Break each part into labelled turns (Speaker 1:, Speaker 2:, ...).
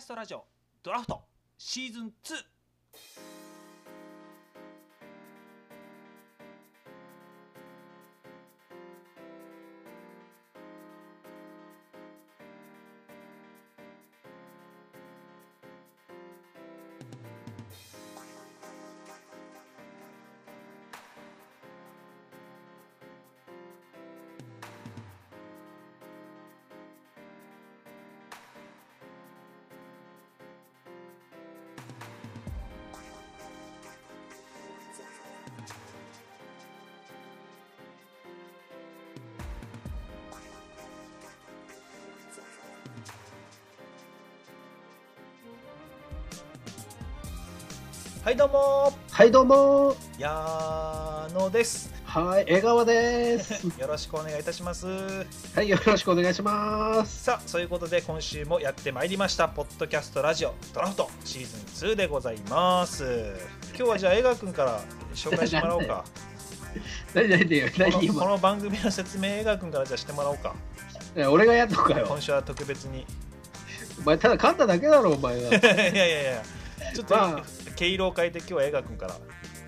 Speaker 1: ストラジオドラフトシーズン2はいどうも
Speaker 2: はい、どうも
Speaker 1: ー矢野です
Speaker 2: はい、江川 です。
Speaker 1: よろしくお願いいたします
Speaker 2: はい、よろしくお願いします。
Speaker 1: さあそういうことで今週もやってまいりましたポッドキャストラジオドラフトシーズン2でございます今日はじゃあ江川君から紹介してもらおう か
Speaker 2: 何、何でよ、
Speaker 1: こ
Speaker 2: 何
Speaker 1: のこ
Speaker 2: 今。
Speaker 1: の番組の説明江川君からじゃあしてもらおうか
Speaker 2: え俺がやっとくかよ
Speaker 1: 今。週は特別に い
Speaker 2: お前、ただ噛んだだけだろ、お前は。
Speaker 1: やいやいやいやちょっと、
Speaker 2: まあ
Speaker 1: 毛色を変えて今日は江川君から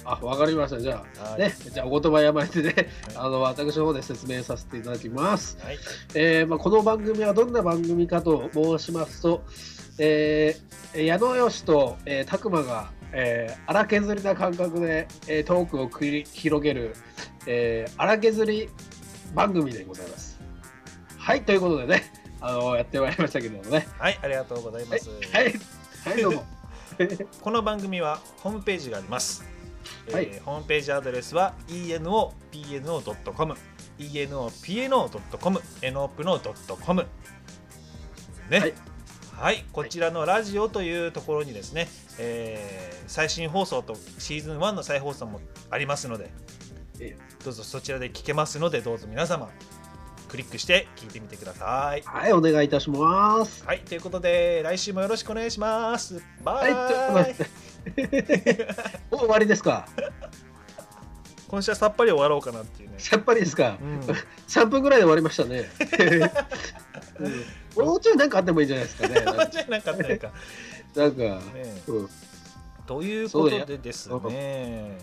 Speaker 2: あ、わかりました。じゃ
Speaker 1: は
Speaker 2: あ、
Speaker 1: い
Speaker 2: ね、じゃあ、お言葉やまえてね、
Speaker 1: は
Speaker 2: あの、私の方で説明させていただきます。
Speaker 1: はい
Speaker 2: えーまあ、この番組はどんな番組かと申しますと、えー矢野よしと、えー、拓磨が、えー荒削りな感覚で、えートークを繰り広げる、えー荒削り番組でございます。はい、ということでね、あのやってまいりましたけどもね。
Speaker 1: はいありがとうございます、
Speaker 2: はい、は い、どうも。
Speaker 1: この番組はホームページがあります、えー
Speaker 2: はい
Speaker 1: ホームページアドレスは enopno.com enopno.com enopno.com ね
Speaker 2: は
Speaker 1: はいい、こちらのラジオというところにですね、えー最新放送とシーズン1の再放送もありますので
Speaker 2: え
Speaker 1: どうぞそちらで聞けますのでどうぞ皆様クリックして聞いてみてください
Speaker 2: はい、お願いいたします。
Speaker 1: はいということで来週もよろしくお願いしますバ
Speaker 2: は
Speaker 1: イ
Speaker 2: い、ということでもう終わりですか。
Speaker 1: 今週はさっぱり終わろうかなっていうね
Speaker 2: さっぱりですか。
Speaker 1: うん
Speaker 2: 3分ぐらいで終わりました ね。うんもうちょいなんかあってもいいんじゃないですかね。なんか
Speaker 1: じゃなかったりか、ね
Speaker 2: なんか、
Speaker 1: え。
Speaker 2: うん
Speaker 1: ということでですね、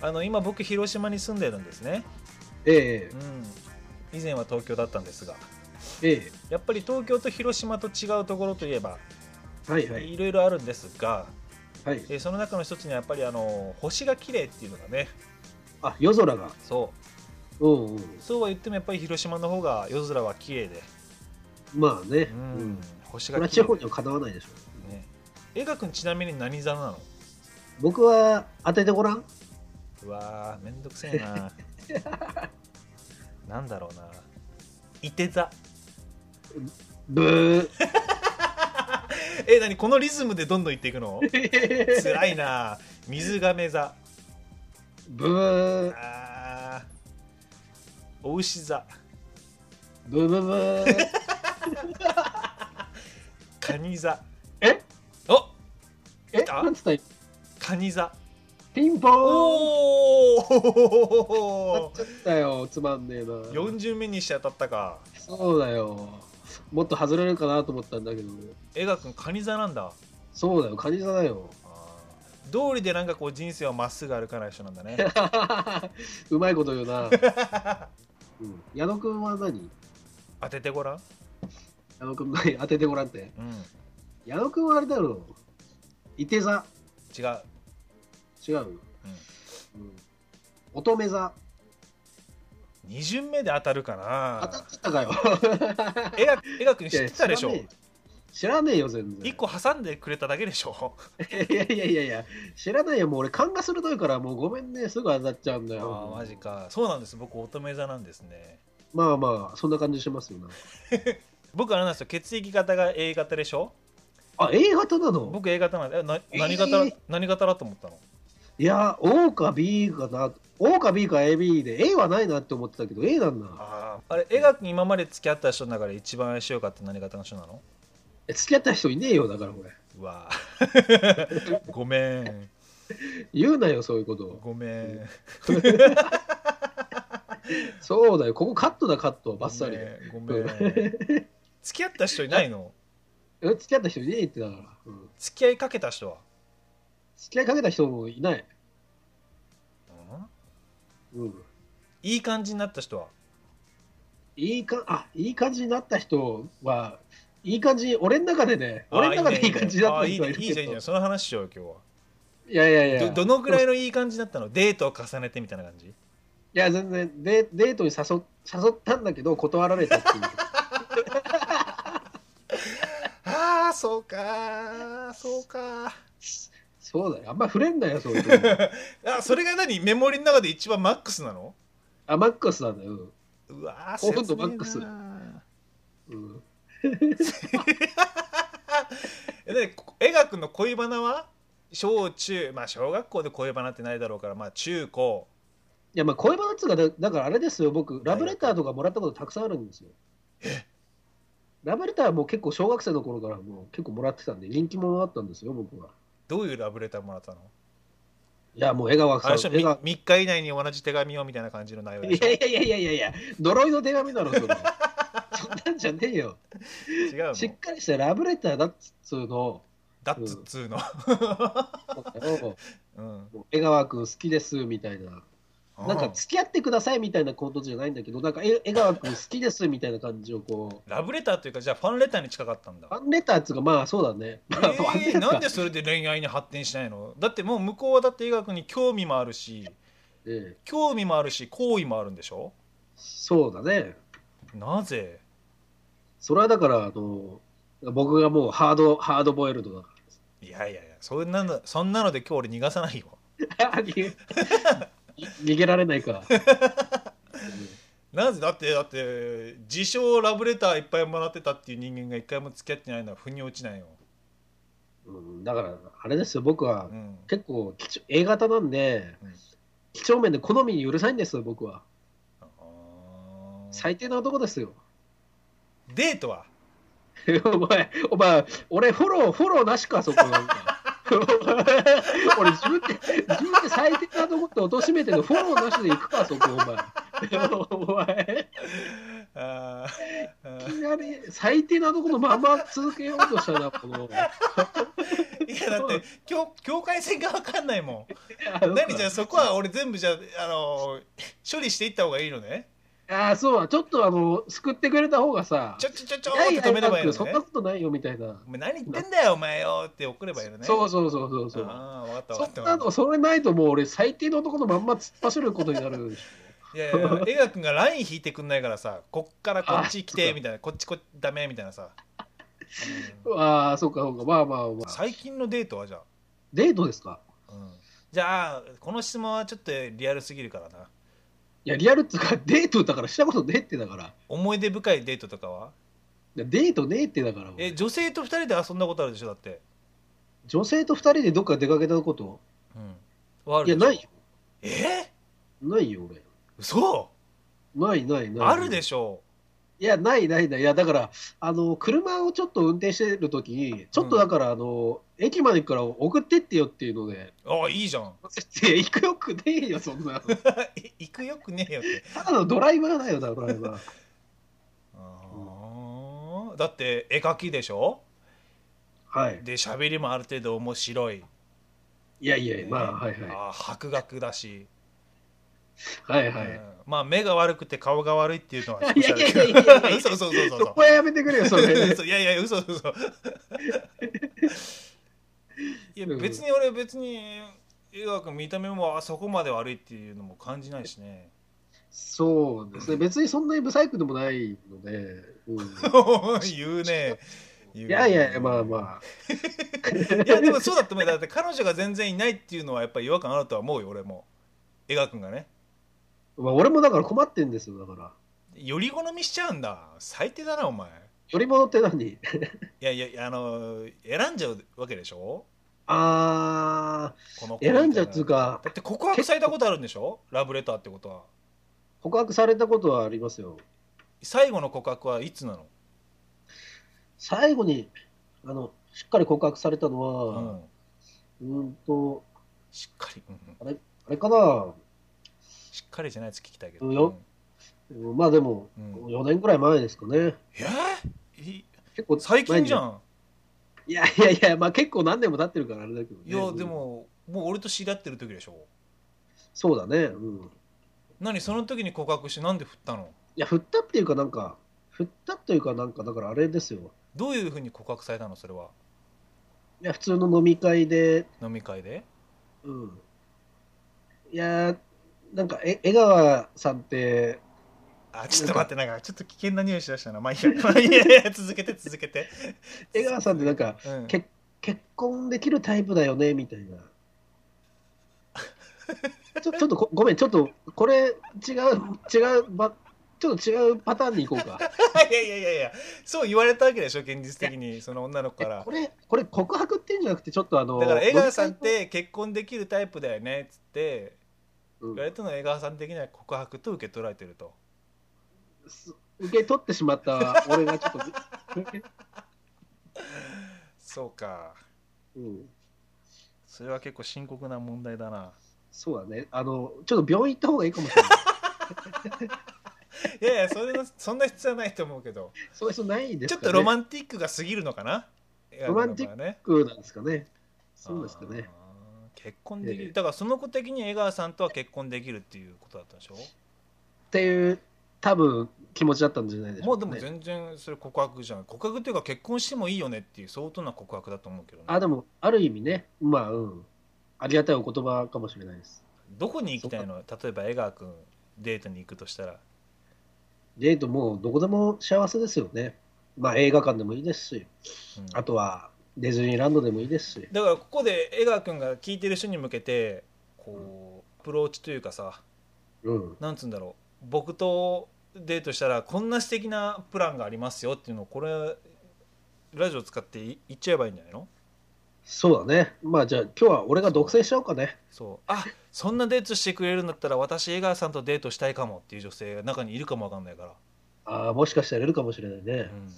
Speaker 1: あの今僕広島に住んでるんですね。
Speaker 2: ええ
Speaker 1: うん。以前は東京だったんですが、
Speaker 2: え
Speaker 1: やっぱり東京と広島と違うところといえば
Speaker 2: えはいはい
Speaker 1: いろいろあるんですが、
Speaker 2: はい。
Speaker 1: えーその中の一つにはやっぱりあの星が綺麗っていうのがね、
Speaker 2: あ夜空が。
Speaker 1: そ
Speaker 2: うんうん。
Speaker 1: う、そうは言ってもやっぱり広島の方が夜空は綺麗で、
Speaker 2: まあね。
Speaker 1: う、
Speaker 2: うんん。
Speaker 1: 星
Speaker 2: これ
Speaker 1: が
Speaker 2: は
Speaker 1: 綺
Speaker 2: 地
Speaker 1: 麗
Speaker 2: 方にはかなわないでしょう。
Speaker 1: でね。映画君ちなみに何座なの？
Speaker 2: 僕は当ててごらん。
Speaker 1: うわーめんどくせえななんだろうないて座
Speaker 2: ブ
Speaker 1: え何このリズムでどんどんいっていくの
Speaker 2: ー。
Speaker 1: つらいな水亀座
Speaker 2: ブー。
Speaker 1: あーお牛座
Speaker 2: ブ ーブーブー。
Speaker 1: カニ座
Speaker 2: え
Speaker 1: お
Speaker 2: え、
Speaker 1: た
Speaker 2: なんつった
Speaker 1: カニ座
Speaker 2: ピンポーン
Speaker 1: おお
Speaker 2: 当たっちゃったよ。つまんねえな。
Speaker 1: 40目にして当たったか
Speaker 2: そうだよ。もっと外れるかなと思ったんだけど。
Speaker 1: 映画君カニ座なんだ
Speaker 2: そうだよ。カニ座だよ。
Speaker 1: あー道理でなんかこう人生はまっすぐ歩かない人なんだね
Speaker 2: うまいこと言う な。うん、矢野くんは何
Speaker 1: 当ててごらん、
Speaker 2: 矢野くん何当ててごらんって。
Speaker 1: うん、
Speaker 2: 矢野くんはあれだろう。いて座
Speaker 1: 違う
Speaker 2: 違うよ。うん乙女座
Speaker 1: 二巡目で当たるか
Speaker 2: 当た
Speaker 1: な
Speaker 2: っちゃったかよ。
Speaker 1: えがえがく ん知ってたでしょ
Speaker 2: いや知らねえよ、全然。
Speaker 1: 一個挟んでくれただけでしょ
Speaker 2: いやいやいやいや、知らないよ、もう俺、勘が鋭いから、もうごめんね、すぐ当たっちゃうんだ
Speaker 1: あ
Speaker 2: よ。
Speaker 1: ーマジかそうなんです僕乙女座なんですね
Speaker 2: まあまあ、そんな感じしますよな。
Speaker 1: 僕あれなんですよ血液型が A 型でしょ
Speaker 2: あ、A 型なの
Speaker 1: 僕 A 型なんでえな
Speaker 2: えー
Speaker 1: 何型、何型だと思ったの
Speaker 2: いや、O か B かな、O か B か AB で、A はないなって思ってたけど、A なんだ。
Speaker 1: ああれえがくん今まで付き合った人の中で一番相性良かった何型の人なの
Speaker 2: え付き合った人いねえよ、だからこれ。
Speaker 1: うわー ごめん
Speaker 2: 言うなよ、そういうこと。
Speaker 1: ごめん
Speaker 2: そうだよ、ここカットだ、カット、バッサリ。
Speaker 1: ごめんごめん付き合った人いないの
Speaker 2: え付き合った人いねえってだから、うん
Speaker 1: 付き合いかけた人は、
Speaker 2: 付き合いかけた人もいない、うん、
Speaker 1: いい感じになった人はい
Speaker 2: いかあいい感じになった人はいい感じ俺の中でね俺の中でいい感じだった
Speaker 1: あいい
Speaker 2: 人は
Speaker 1: ね
Speaker 2: い
Speaker 1: いい
Speaker 2: る
Speaker 1: ねいいじゃんいいじゃ
Speaker 2: けど
Speaker 1: んその話しようよ今
Speaker 2: いやいやい
Speaker 1: 日は
Speaker 2: や
Speaker 1: どどのぐらいのいい感じだったのデートを重ねてみたいな感じ
Speaker 2: いや全然デデートに誘誘ったんだけど断られた っていう
Speaker 1: ああそうかーそうか
Speaker 2: そうだよあんま触れんなよそういうとこ
Speaker 1: ーあそれが何メモリの中で一番マックスなの
Speaker 2: あマックスなんだよ、うん
Speaker 1: うわー
Speaker 2: 興奮度
Speaker 1: 切ねえなー
Speaker 2: マックスうん、
Speaker 1: えでこ江川君の恋バナは小中まあ小学校で恋バナってないだろうからまあ中高
Speaker 2: いやまあ恋バナっつうかだだからあれですよ僕ラブレターとかもらったことたくさんあるんですよラブレターはもう結構小学生の頃からもう結構もらってたんで人気者だったんですよ僕は
Speaker 1: どういうラブレターもらったの
Speaker 2: いやもう江川
Speaker 1: あれ
Speaker 2: さ
Speaker 1: でしょ
Speaker 2: ん
Speaker 1: み
Speaker 2: 江川
Speaker 1: 3日以内に同じ手紙をみたいな感じの内容で
Speaker 2: い
Speaker 1: し
Speaker 2: やいやいやいやいやいや呪いの手紙だろそれそんなんじゃねえよ
Speaker 1: ょ違うの
Speaker 2: しっかりしたラブレターだっつうの
Speaker 1: だっつっつーの、うん、
Speaker 2: もう江川君好きですみたいななん
Speaker 1: う
Speaker 2: か付き合ってくださいみたいなことじゃないんだけどなんかえ江川君好きですみたいな感じをこう
Speaker 1: ラブレターというかじゃあファンレターに近かったんだ
Speaker 2: ファンレターっつうかまあそうだね、
Speaker 1: え
Speaker 2: ま あファンレ
Speaker 1: ー、
Speaker 2: ター
Speaker 1: なんでそれで恋愛に発展しないのだってもう向こうはだって医学に興味もあるし
Speaker 2: ええ
Speaker 1: 興味もあるし好意もあるんでしょ
Speaker 2: そうだね。
Speaker 1: なぜ
Speaker 2: それはだから、あの、僕がもうハード、ハードボイ ルドだか
Speaker 1: いやいやいやそんなのそんなので今日俺逃がさないよ
Speaker 2: ら。逃げ逃げられな いか。
Speaker 1: なぜだってだって自称ラブレターいっぱいもらってたっていう人間が一回も付き合ってないのは腑に落ちないよ、
Speaker 2: うん、だから、あれですよ、僕は
Speaker 1: うん、
Speaker 2: 結構貴重 A 型なんで
Speaker 1: うん、
Speaker 2: 几帳面で好みにうるさいんですよ、僕は。
Speaker 1: あー
Speaker 2: 最低な男ですよ。
Speaker 1: デートは
Speaker 2: お前、お前、俺フォロー、フォローなしか、そこな んか。俺自分で、自分で最低なとこって貶めてのフォローなしで行くか、そこ、お前。お前。
Speaker 1: あーあ
Speaker 2: いきなり最低なとこのまま続けようとしたな、この。
Speaker 1: ーいやだって境境界線が分かんないもん何
Speaker 2: 何
Speaker 1: じゃあそこは俺全部じゃああの処理していった方がいいのね
Speaker 2: ああ、そうは、ちょっとあの、救ってくれた方がさ、
Speaker 1: ちょちょちょちょ
Speaker 2: い
Speaker 1: っ
Speaker 2: やい
Speaker 1: て
Speaker 2: や
Speaker 1: 止めればいいの
Speaker 2: そん
Speaker 1: ね
Speaker 2: なことないよみたいな。
Speaker 1: お前何言ってんだよお前よって送ればいいのね
Speaker 2: そうそうそうそうそう。
Speaker 1: ああ分かった分かっ
Speaker 2: そ
Speaker 1: た
Speaker 2: んな
Speaker 1: わかっ
Speaker 2: の、それないともう俺、最低のとこのまんま突っ走ることに なるでしょ。
Speaker 1: たいやいや江川君がライン引いてくんないからさこっからこっち来
Speaker 2: あそ
Speaker 1: て
Speaker 2: うか
Speaker 1: みたいなこっちこっちダメみたいな さ、うん
Speaker 2: ああ、そうか、そうか、まあまあまあ。
Speaker 1: 最近のデートはじゃ
Speaker 2: デートですか
Speaker 1: あ、うんじゃあこの質問はちょっとリアルすぎるからない
Speaker 2: や、リアルっていうか、デートだからしたことねえってだから。
Speaker 1: 思い出深いデートとかはい
Speaker 2: やデートねえってだから。俺
Speaker 1: え女性と二人で遊んだことあるでしょだって、
Speaker 2: 女性と二人でどっか出かけたこと
Speaker 1: うん、はあ
Speaker 2: いや、
Speaker 1: るでしょ
Speaker 2: ないよ。
Speaker 1: え
Speaker 2: ないよ、俺。
Speaker 1: 嘘
Speaker 2: ないないない。
Speaker 1: あるでしょ
Speaker 2: いや、ないないない。いや、だから、あの、車をちょっと運転してるときに、ちょっとだから、あの、駅まで行くから送ってってよっていう ので、
Speaker 1: あいいじ ゃん
Speaker 2: いや、行くよくねえよ、そんな。
Speaker 1: い行くよくねえよって
Speaker 2: ただのドライバーだよ、ドライバー。
Speaker 1: あーだって絵描きでしょ
Speaker 2: はい。
Speaker 1: で喋りもある程度面白い、
Speaker 2: いやいや、まあ、はいはい。
Speaker 1: あー博学だし、
Speaker 2: はい
Speaker 1: うん
Speaker 2: はい。
Speaker 1: まあ目が悪くて顔が悪いっていうのは少
Speaker 2: い
Speaker 1: し
Speaker 2: や
Speaker 1: あ
Speaker 2: い
Speaker 1: る
Speaker 2: や
Speaker 1: け
Speaker 2: い
Speaker 1: ど
Speaker 2: やいやいや
Speaker 1: 嘘嘘嘘嘘
Speaker 2: そこはやめてくれよ、それ。
Speaker 1: 嘘いやいや嘘嘘 嘘いや
Speaker 2: うん
Speaker 1: 別に俺別に江川君見た目もあそこまで悪いっていうのも感じないし ね
Speaker 2: そうですね。別にそんなにブサイクでもないので。うん
Speaker 1: 言うね言う
Speaker 2: い
Speaker 1: ね
Speaker 2: やいやいや、まあまあ。
Speaker 1: いやでもそうだと思うだって彼女が全然いないっていうのはやっぱり違和感あるとは思うよ俺も江川君がね
Speaker 2: まあ、俺もだから困ってんですよ、だから。
Speaker 1: より好みしちゃうんだ最低だなお前い
Speaker 2: より戻って何
Speaker 1: やいやあの選んじゃうわけでしょ
Speaker 2: あ
Speaker 1: この子
Speaker 2: ー、選んじゃうっつ
Speaker 1: みた
Speaker 2: う
Speaker 1: い
Speaker 2: か
Speaker 1: な、だって告白されたことあるんでしょラブレターってことは
Speaker 2: 告白されたことはありますよ。
Speaker 1: 最後の告白はいつなの
Speaker 2: 最後にあのしっかり告白されたの
Speaker 1: う
Speaker 2: は、
Speaker 1: ん
Speaker 2: うーん、と、
Speaker 1: しっかり、うんうん
Speaker 2: あれかな、
Speaker 1: しっかりじゃないやつ聞きたいけど。
Speaker 2: うんようんまあでも、
Speaker 1: うん
Speaker 2: 4年ぐらい前ですかね。
Speaker 1: えーい
Speaker 2: 結構
Speaker 1: 最近じゃ
Speaker 2: ん。
Speaker 1: ん。
Speaker 2: いやいやいや、まあ結構何年も経ってるからあれだけどね。
Speaker 1: いや、
Speaker 2: うん
Speaker 1: で。も、もう俺と知り合ってる時でしょ。
Speaker 2: そうだね。うん。い
Speaker 1: 何、その時に告白して、なんで振ったの
Speaker 2: や、振ったっていうかなんか、振ったというかなんか、だからあれですよ。
Speaker 1: どういうふうに告白されたの、それは。
Speaker 2: いや、普通の飲み会で、
Speaker 1: 飲み会で。
Speaker 2: うん。いや、なんか、え江川さんって、
Speaker 1: あ、ちょっと待って、なんか、ちょっと危険な匂いしだしたな。まあいいや、まあいいやいや、 続けて、続けて。
Speaker 2: 江川さんってなんか、
Speaker 1: うん、
Speaker 2: 結結婚できるタイプだよね、みたいな。 ちょちょっとごごめん、ちょっとこれ違う、違う、ばちょっと違うパターンに行こうか。
Speaker 1: いやいやいやいや、そう言われたわけでしょ、現実的に、その女の子
Speaker 2: え
Speaker 1: から
Speaker 2: こ。れ、これ告白っていうんじゃなくて、ちょっとあの、
Speaker 1: だから江川さんっ、て結婚できるタイプだよねっつって
Speaker 2: うん
Speaker 1: 言われたのは江川さん的には告白と受け取られてると
Speaker 2: す受け取ってしまった俺がちょっと、
Speaker 1: そうか
Speaker 2: うん、
Speaker 1: それは結構深刻な問題だな
Speaker 2: そうだね、あの、ちょっと病院行った方がいいかもし れない。
Speaker 1: いやいやそれのそんな必要はないと思うけど
Speaker 2: そういう人ないです
Speaker 1: ちょ
Speaker 2: か、
Speaker 1: っと
Speaker 2: ね、
Speaker 1: ロマ
Speaker 2: ン
Speaker 1: ンティックが過ぎるのかな
Speaker 2: ロマンティッ
Speaker 1: クね
Speaker 2: クなんですかね。そうですかね。
Speaker 1: あー結婚できる、
Speaker 2: ええ
Speaker 1: だからその子的に江川さんとは結婚できるっていうことだったんでしょ
Speaker 2: っていう、多分気持ちだったんじゃないでし
Speaker 1: も
Speaker 2: ょう
Speaker 1: うで
Speaker 2: か、ね。
Speaker 1: も全然それ告白じゃん告白っていうか結婚してもいいよねっていう相当な告白だと思うけどね
Speaker 2: あ、でも、ある意味ね、まあ、うん。ありがたいお言葉かもしれないです。
Speaker 1: どこに行きたいの例えば江川君デートに行くとしたら
Speaker 2: デートもうどこでも幸せですよね。まあ、映画館でもいいですし、
Speaker 1: うん
Speaker 2: あとはディズニーランドでもいいですし。
Speaker 1: だからここで江川君が聞いてる人に向けてこうアプローチというかさ
Speaker 2: うん。
Speaker 1: なんつうんだろう僕とデートしたらこんな素敵なプランがありますよっていうのをこれラジオ使ってい言っちゃえばいいんじゃないの
Speaker 2: そうだね。まあ、じゃあ今日は俺が独占しちゃおうかね。
Speaker 1: そうあそんなデートしてくれるんだったら私江川さんとデートしたいかもっていう女性が中にいるかもわかんないから、
Speaker 2: ああ、もしかしたらやれるかもしれないね
Speaker 1: う。ん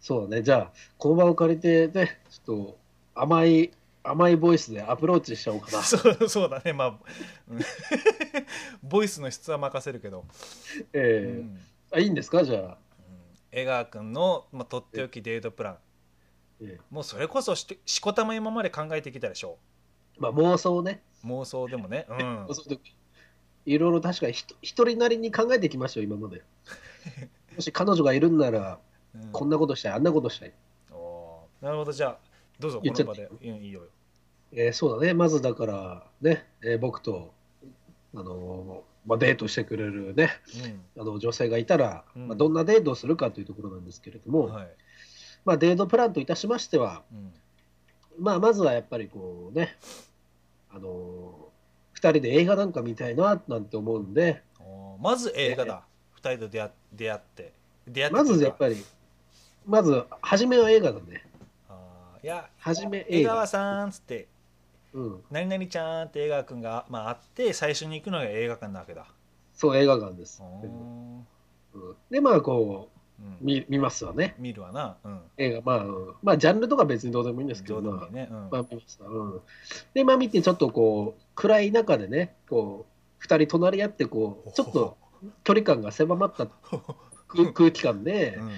Speaker 2: そうだね。じゃあ、この場を借りてね、ちょっと甘い、甘いボイスでアプローチしちゃおうか な。
Speaker 1: そうそうだねまあうん ボイスの質は任せるけど、う
Speaker 2: ええ
Speaker 1: ん、
Speaker 2: あ、いいんですかじゃあ。
Speaker 1: うん江川君の、まあ、とっておきデートプラン
Speaker 2: ええ
Speaker 1: もうそれこそしてしこたま今まで考えてきたでしょ
Speaker 2: まあ、妄想ね。
Speaker 1: 妄想でもね、うん、
Speaker 2: そうそういろいろ確かにひと一人なりに考えてきましたよ、今 まで。もし彼女がいるんなら、
Speaker 1: うん
Speaker 2: こんなことしたい、あんなことしたい。
Speaker 1: おーなるほどじゃあどうぞこ
Speaker 2: 言っち
Speaker 1: の
Speaker 2: ゃ
Speaker 1: 場
Speaker 2: って
Speaker 1: でうんいいよ
Speaker 2: えーそうだね、まずだから、ね、えー僕と、あのーまあ、デートしてくれるね、あの女性がいたら、
Speaker 1: うん
Speaker 2: まあ、どんなデートをするかというところなんですけれど
Speaker 1: う
Speaker 2: も、
Speaker 1: んはい、
Speaker 2: まあ、デートプランといたしましては、
Speaker 1: うん、
Speaker 2: まあ、まずはやっぱりこうね、あのー、2人で映画なんか見たいななんて思うんで、
Speaker 1: おーまず映画だ、二人と出会出会って出会って
Speaker 2: まずやっぱ
Speaker 1: り
Speaker 2: り、まず初めは映画だね。
Speaker 1: あーいや
Speaker 2: 初め
Speaker 1: 江
Speaker 2: 映
Speaker 1: 川
Speaker 2: 画。
Speaker 1: さんっつって
Speaker 2: うん、
Speaker 1: 何々ちゃんって江川君が、まあ、あって最初に行くのが映画館なわけだ
Speaker 2: そう、映画館です
Speaker 1: お。ー
Speaker 2: うんで、まあ、こ
Speaker 1: うん
Speaker 2: う、見見ますわね。
Speaker 1: 見るわなうん
Speaker 2: 映画、まあ、うんまあ、ジャンルとか別にどうでもいいんですけ
Speaker 1: ど
Speaker 2: ど、
Speaker 1: うで
Speaker 2: ま
Speaker 1: もいい、
Speaker 2: あ
Speaker 1: ね、うん
Speaker 2: まあ、見ました。うん。で、まあ、見て、ちょっとこう、暗い中でね、こう、二人隣り合って、こう、ちょっと距離感が狭まった空空気感で、
Speaker 1: うん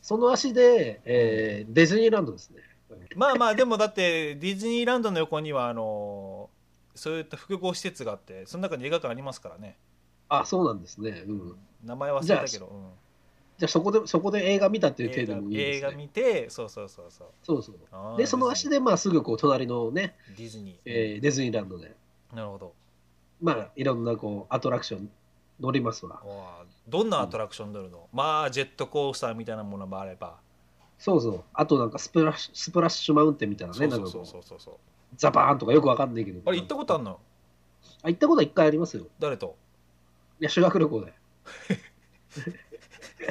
Speaker 2: その足で、えーディズニーランドですね。
Speaker 1: まあまあでもだってディズニーランドの横にはあのそういった複合施設があってその中に映画館ありますからね
Speaker 2: あ、そうなんですね。うん。
Speaker 1: 名前忘れたけど、うん
Speaker 2: じゃあ、そこで、そこで映画見たっていう
Speaker 1: 映
Speaker 2: 程
Speaker 1: 画
Speaker 2: 度もいい
Speaker 1: 映
Speaker 2: で
Speaker 1: 画
Speaker 2: すね。
Speaker 1: 見てそうそうそうそう
Speaker 2: そうそう。
Speaker 1: あー
Speaker 2: で、その足
Speaker 1: デ
Speaker 2: で、まあ、すぐこう、隣のね、
Speaker 1: ィズニー
Speaker 2: えーディズニーランドで、
Speaker 1: なるほど
Speaker 2: まあ、いろんなこうアトラクション乗りますわ。
Speaker 1: わあどんなアトラクション乗るの、まあジェットコースターみたいなものもあれば、
Speaker 2: そうそう。あとなんかスプラッシュ、スプラッシュマウンテンみたいな
Speaker 1: そ
Speaker 2: ね、
Speaker 1: う
Speaker 2: な
Speaker 1: そ
Speaker 2: ん
Speaker 1: う
Speaker 2: か
Speaker 1: そう
Speaker 2: こ
Speaker 1: そううそうそう
Speaker 2: ザバーンとかよくわかんないけど。
Speaker 1: あれ行ったことあるの
Speaker 2: あ行ったことは一回ありますよ。
Speaker 1: 誰と
Speaker 2: いや、修学旅行で。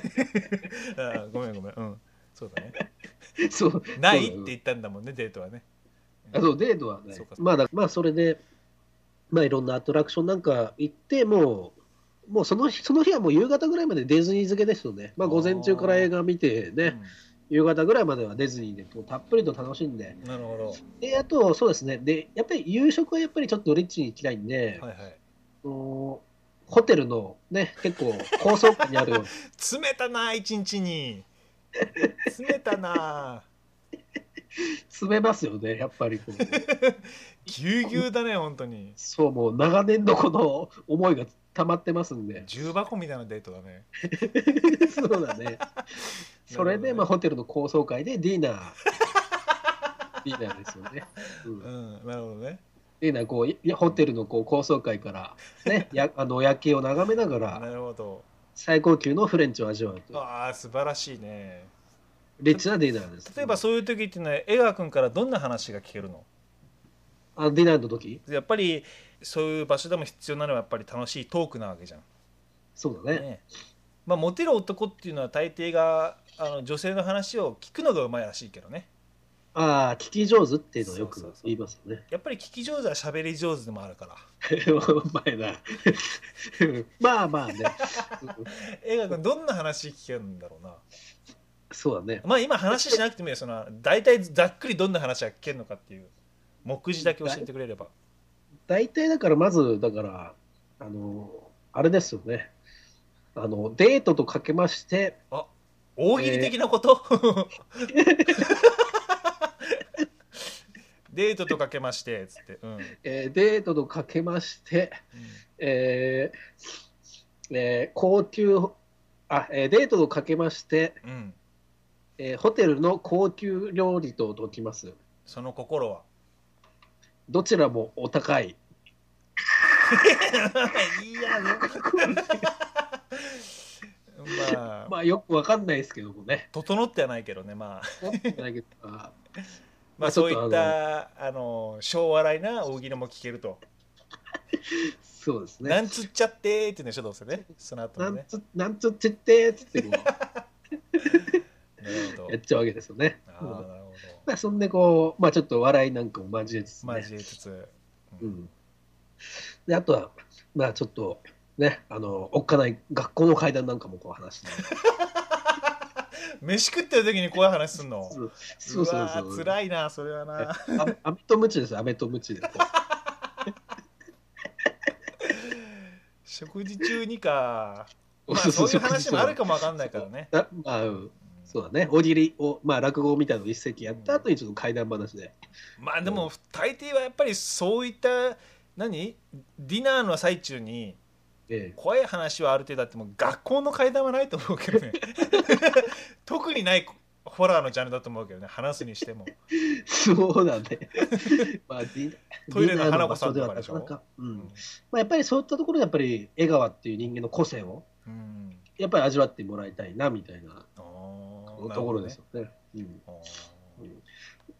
Speaker 1: あーごめんごめんうんそう だね
Speaker 2: そう。
Speaker 1: ないって言ったんだもんねデートはね
Speaker 2: あそう、デートはね
Speaker 1: そうか。そう
Speaker 2: まあだ、まあ、それで、まあ、いろんなアトラクションなんか行って、もう、もうその日、その日はもう夕方ぐらいまでディズニー漬けですよね。まあ、午前中から映画見て
Speaker 1: う
Speaker 2: ね、夕方ぐらいまではディズニーでこうたっぷりと楽しんで。
Speaker 1: んなるほど
Speaker 2: で、あと、そうですね。で、やっぱり夕食はやっぱりちょっとリッチに行きたいんで、
Speaker 1: はいはい
Speaker 2: ホテルのね、結構高層階 にある
Speaker 1: 詰めたな一日に詰めたな
Speaker 2: 詰めますよね、やっぱりこう。
Speaker 1: ぎゅうぎゅうだね本当に
Speaker 2: そう、もう長年のこの思いが溜まってますんで。
Speaker 1: 重箱みたいなデートだね
Speaker 2: そうだ ね。それで、まあ、ホテルの高層階でディナ ー。ディナーですよね。う、
Speaker 1: うんんなるほどね
Speaker 2: ディナー、こうい、ホテルのこう高層階から、 ね、やあの夜景を眺めなが
Speaker 1: な
Speaker 2: ら、
Speaker 1: るほど
Speaker 2: 最高級のフレンチを味わうという。
Speaker 1: ああ素晴らしいね
Speaker 2: リッチなディナーです。
Speaker 1: 例えばそういう時っていうのは江川君からどんな話が聞けるの
Speaker 2: あディナーの時
Speaker 1: やっぱりそういう場所でも必要なのはやっぱり楽しいトークなわけじゃん
Speaker 2: そうだね。
Speaker 1: ねまあ、モテる男っていうのは大抵があの女性の話を聞くのがうまいらしいけどね
Speaker 2: ああ、聞き上手っていうのはよく
Speaker 1: そうそうそう
Speaker 2: 言いますよね。
Speaker 1: やっぱり聞き上手は喋り上手でもあるから
Speaker 2: お前な。 まあまあね。うん
Speaker 1: 映画君どんな話聞けるんだろうな
Speaker 2: そうだね。
Speaker 1: まあ今話しなくてもいいよその大体ざっくりどんな話が聞けるのかっていう目次だけ教えてくれれば
Speaker 2: 大体だから、まず、だから、あの、あれですよね。あの、デートとかけまして、
Speaker 1: 大喜利的なこと、デートとかけましてつって、うんうん
Speaker 2: えーデートとかけまして、えーえー高級、あ、えーデートとかけまして、
Speaker 1: うん、
Speaker 2: えーホテルの高級料理と解きます。
Speaker 1: その心は
Speaker 2: どちらもお高い。
Speaker 1: いやねまあ、
Speaker 2: まあ、よくわかんないですけど もね。
Speaker 1: 整ってはないけどねまあ
Speaker 2: わかんないけどあ
Speaker 1: ま
Speaker 2: ま
Speaker 1: あ
Speaker 2: あ
Speaker 1: そういっ
Speaker 2: ちょ
Speaker 1: たあの小笑いな大喜利も聞けると、
Speaker 2: そうですね。
Speaker 1: なんつっちゃってーっていうのでしょどうせねその後
Speaker 2: な
Speaker 1: も
Speaker 2: ん
Speaker 1: ね
Speaker 2: つ、なんつってって、つってこ
Speaker 1: なるほど
Speaker 2: う、やっちゃうわけですよね。
Speaker 1: あ
Speaker 2: う
Speaker 1: ー
Speaker 2: ん
Speaker 1: なるほ
Speaker 2: まあ、そんでこう、まあ、ちょっと笑いなんかも交えつつ、
Speaker 1: ど
Speaker 2: ね。
Speaker 1: 交えつつ
Speaker 2: うん。で、あとは、まあ、ちょっと、ね、あの、おっかない学校の階段なんかもこう話して。
Speaker 1: 飯食ってる時に こういう話すんの
Speaker 2: そうそう
Speaker 1: う
Speaker 2: そう
Speaker 1: わ
Speaker 2: そう。
Speaker 1: ー辛いなそれはな
Speaker 2: あアメとムチです、アメとム チで。こう
Speaker 1: 食事中に かまあ
Speaker 2: そう
Speaker 1: そうい
Speaker 2: そう
Speaker 1: う
Speaker 2: 食事
Speaker 1: 話もある かもわかんないからね
Speaker 2: あまあ、うんそう
Speaker 1: う
Speaker 2: だね。大喜利を、まあ、落語みたいなのを一席やった後にちょっと怪談話で。
Speaker 1: んまあでも大抵はやっぱりそういった何ディナーの最中に
Speaker 2: え
Speaker 1: 怖い話はある程度あっても学校の階段はないと思うけど ね特にないホラーのジャンルだと思うけどね話すにしても
Speaker 2: え、そう だね。まあ、ディ
Speaker 1: トイレの
Speaker 2: ディナー
Speaker 1: 花子
Speaker 2: 場
Speaker 1: さん
Speaker 2: 所で
Speaker 1: と
Speaker 2: は
Speaker 1: かで
Speaker 2: な
Speaker 1: し
Speaker 2: か
Speaker 1: ょ
Speaker 2: なか、うんまあ、やっぱりそういったところでやっぱり江川っていう人間の個性を
Speaker 1: うん
Speaker 2: やっぱり味わってもらいたいなみたいな
Speaker 1: あーなる
Speaker 2: とこ
Speaker 1: ほ
Speaker 2: ろ
Speaker 1: どね
Speaker 2: ですよね。うん
Speaker 1: あー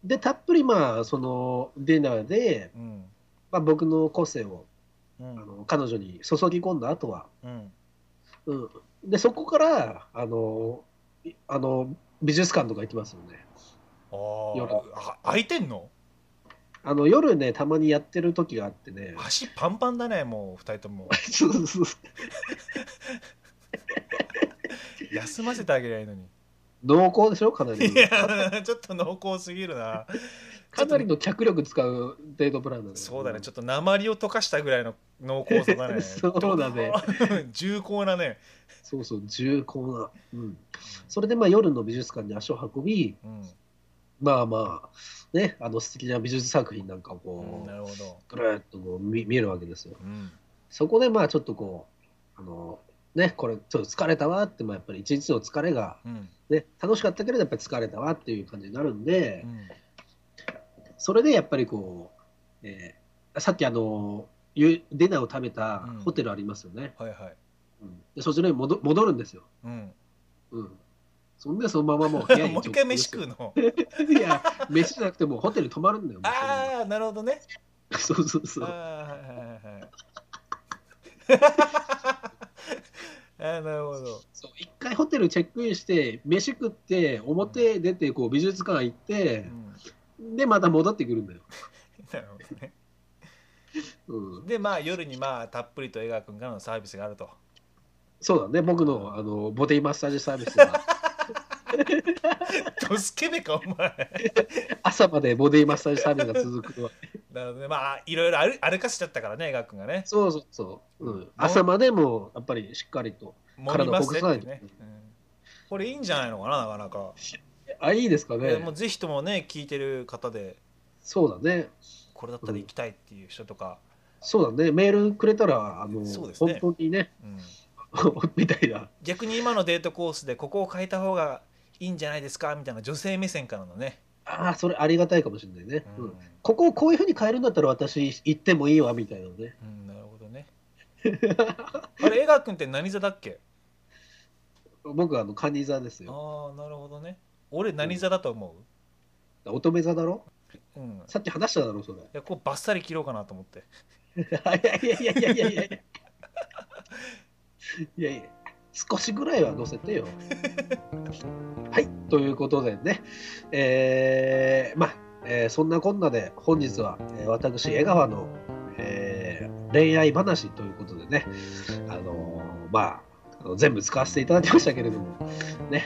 Speaker 2: でたっぷりまあそのディナーで、
Speaker 1: うん
Speaker 2: まあ、僕の個性を
Speaker 1: う
Speaker 2: あ
Speaker 1: ん
Speaker 2: の彼女に注ぎ込んだ後は、
Speaker 1: うん
Speaker 2: うん、でそこからあのいあの美術館とか行きますよね。
Speaker 1: あー
Speaker 2: 夜
Speaker 1: あ開いてんの
Speaker 2: あの夜ねたまにやってる時があってね
Speaker 1: 足パンパンだねもう二人とも
Speaker 2: そうそうそう
Speaker 1: 休ませてあげりゃいい のに
Speaker 2: 濃厚でしょかないり
Speaker 1: やちょっと濃厚すぎるな
Speaker 2: かなりの脚力使うデートプランだね。
Speaker 1: そうだねちょっと鉛を溶かしたぐらいの濃厚さ だね
Speaker 2: そうだね
Speaker 1: 重厚なね
Speaker 2: そうそう、重厚な。うん。それで、まあ、夜の美術館に足を運び、
Speaker 1: うん
Speaker 2: まあまあ、ね、あの素敵な美術作品なんかを
Speaker 1: うん
Speaker 2: こ
Speaker 1: なるほど
Speaker 2: う、ぐるーっとこう見見えるわけですよ。
Speaker 1: うん
Speaker 2: そこで、まあ、ちょっとこう、あの、ね、これ、ちょっと疲れたわって、まあ、やっぱり一日の疲れが、
Speaker 1: うん
Speaker 2: ね、楽しかったけれど、やっぱり疲れたわっていう感じになるんで
Speaker 1: う、ん
Speaker 2: それでやっぱりこう、えーさっき、あの、ゆディナーを食べた
Speaker 1: うん
Speaker 2: ホテルありますよね。
Speaker 1: はいはい
Speaker 2: うん、でそちらに戻戻るんですよ。
Speaker 1: うん
Speaker 2: うん。そんで、そのままもう部屋 に
Speaker 1: もう一回飯食うの
Speaker 2: いや、飯じゃなくてもうホテル泊まるんだよ。もう
Speaker 1: ああなるほどね
Speaker 2: そうそうそ
Speaker 1: あー
Speaker 2: う。
Speaker 1: はい はいはいはいあーなるほど
Speaker 2: そう一回ホテルチェックインして、飯食って、表出て、こう美術館行っ
Speaker 1: う
Speaker 2: て、
Speaker 1: ん
Speaker 2: で、また戻ってくるんだよ。
Speaker 1: なるほどね
Speaker 2: うん、
Speaker 1: でまあ夜にまあたっぷりと江川君からのサービスがあると
Speaker 2: そうだね、僕のあのボディマッサージサービスは、
Speaker 1: ドスケベかお前
Speaker 2: 朝までボディマッサージサービスが続くのは。
Speaker 1: なるほどねまあいろいろ歩歩かせちゃったからね江川君がね
Speaker 2: そうそうそう。うん、朝までもやっぱりしっかりと。
Speaker 1: もみませんってね
Speaker 2: 体ほぐさないと、
Speaker 1: うんこれいいんじゃないのかななかなか
Speaker 2: あいいですか
Speaker 1: えー
Speaker 2: ね
Speaker 1: もうぜひともね聞いてる方で
Speaker 2: そうだね
Speaker 1: これだったら行きたいっていう人とか、
Speaker 2: そうだねメールくれたらあの、
Speaker 1: そうですね
Speaker 2: 本当にね
Speaker 1: うん
Speaker 2: みたいな
Speaker 1: 逆に今のデートコースでここを変えた方がいいんじゃないですかみたいな女性目線からのね、
Speaker 2: ああそれありがたいかもしれないね、
Speaker 1: う
Speaker 2: うんんここをこういうふうに変えるんだったら私行ってもいいわみたいなのね
Speaker 1: うんなるほどねあれ江川君って何座だっけ
Speaker 2: 僕はあのカニ座ですよ
Speaker 1: ああなるほどね俺何座だと思
Speaker 2: 乙女座だろ
Speaker 1: う、うん、い
Speaker 2: さっき話しただろそれ
Speaker 1: やこうバッサリ切ろうかなと思って
Speaker 2: いやいやいやいやいやいやいやいや少しぐらいは乗せてよはいということでねえーまあ、えーそんなこんなで本日は、えー私江川の、えー恋愛話ということでねあのーまああの全部使わせていただきましたけれどもね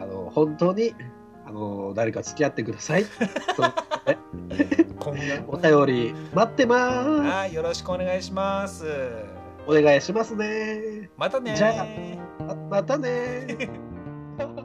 Speaker 2: あの本当にあの誰か付き合ってくださいと
Speaker 1: 今後
Speaker 2: お便り待ってまーす。
Speaker 1: はいよろしくお願いします
Speaker 2: お願いしますね。
Speaker 1: またね
Speaker 2: じゃままたねー。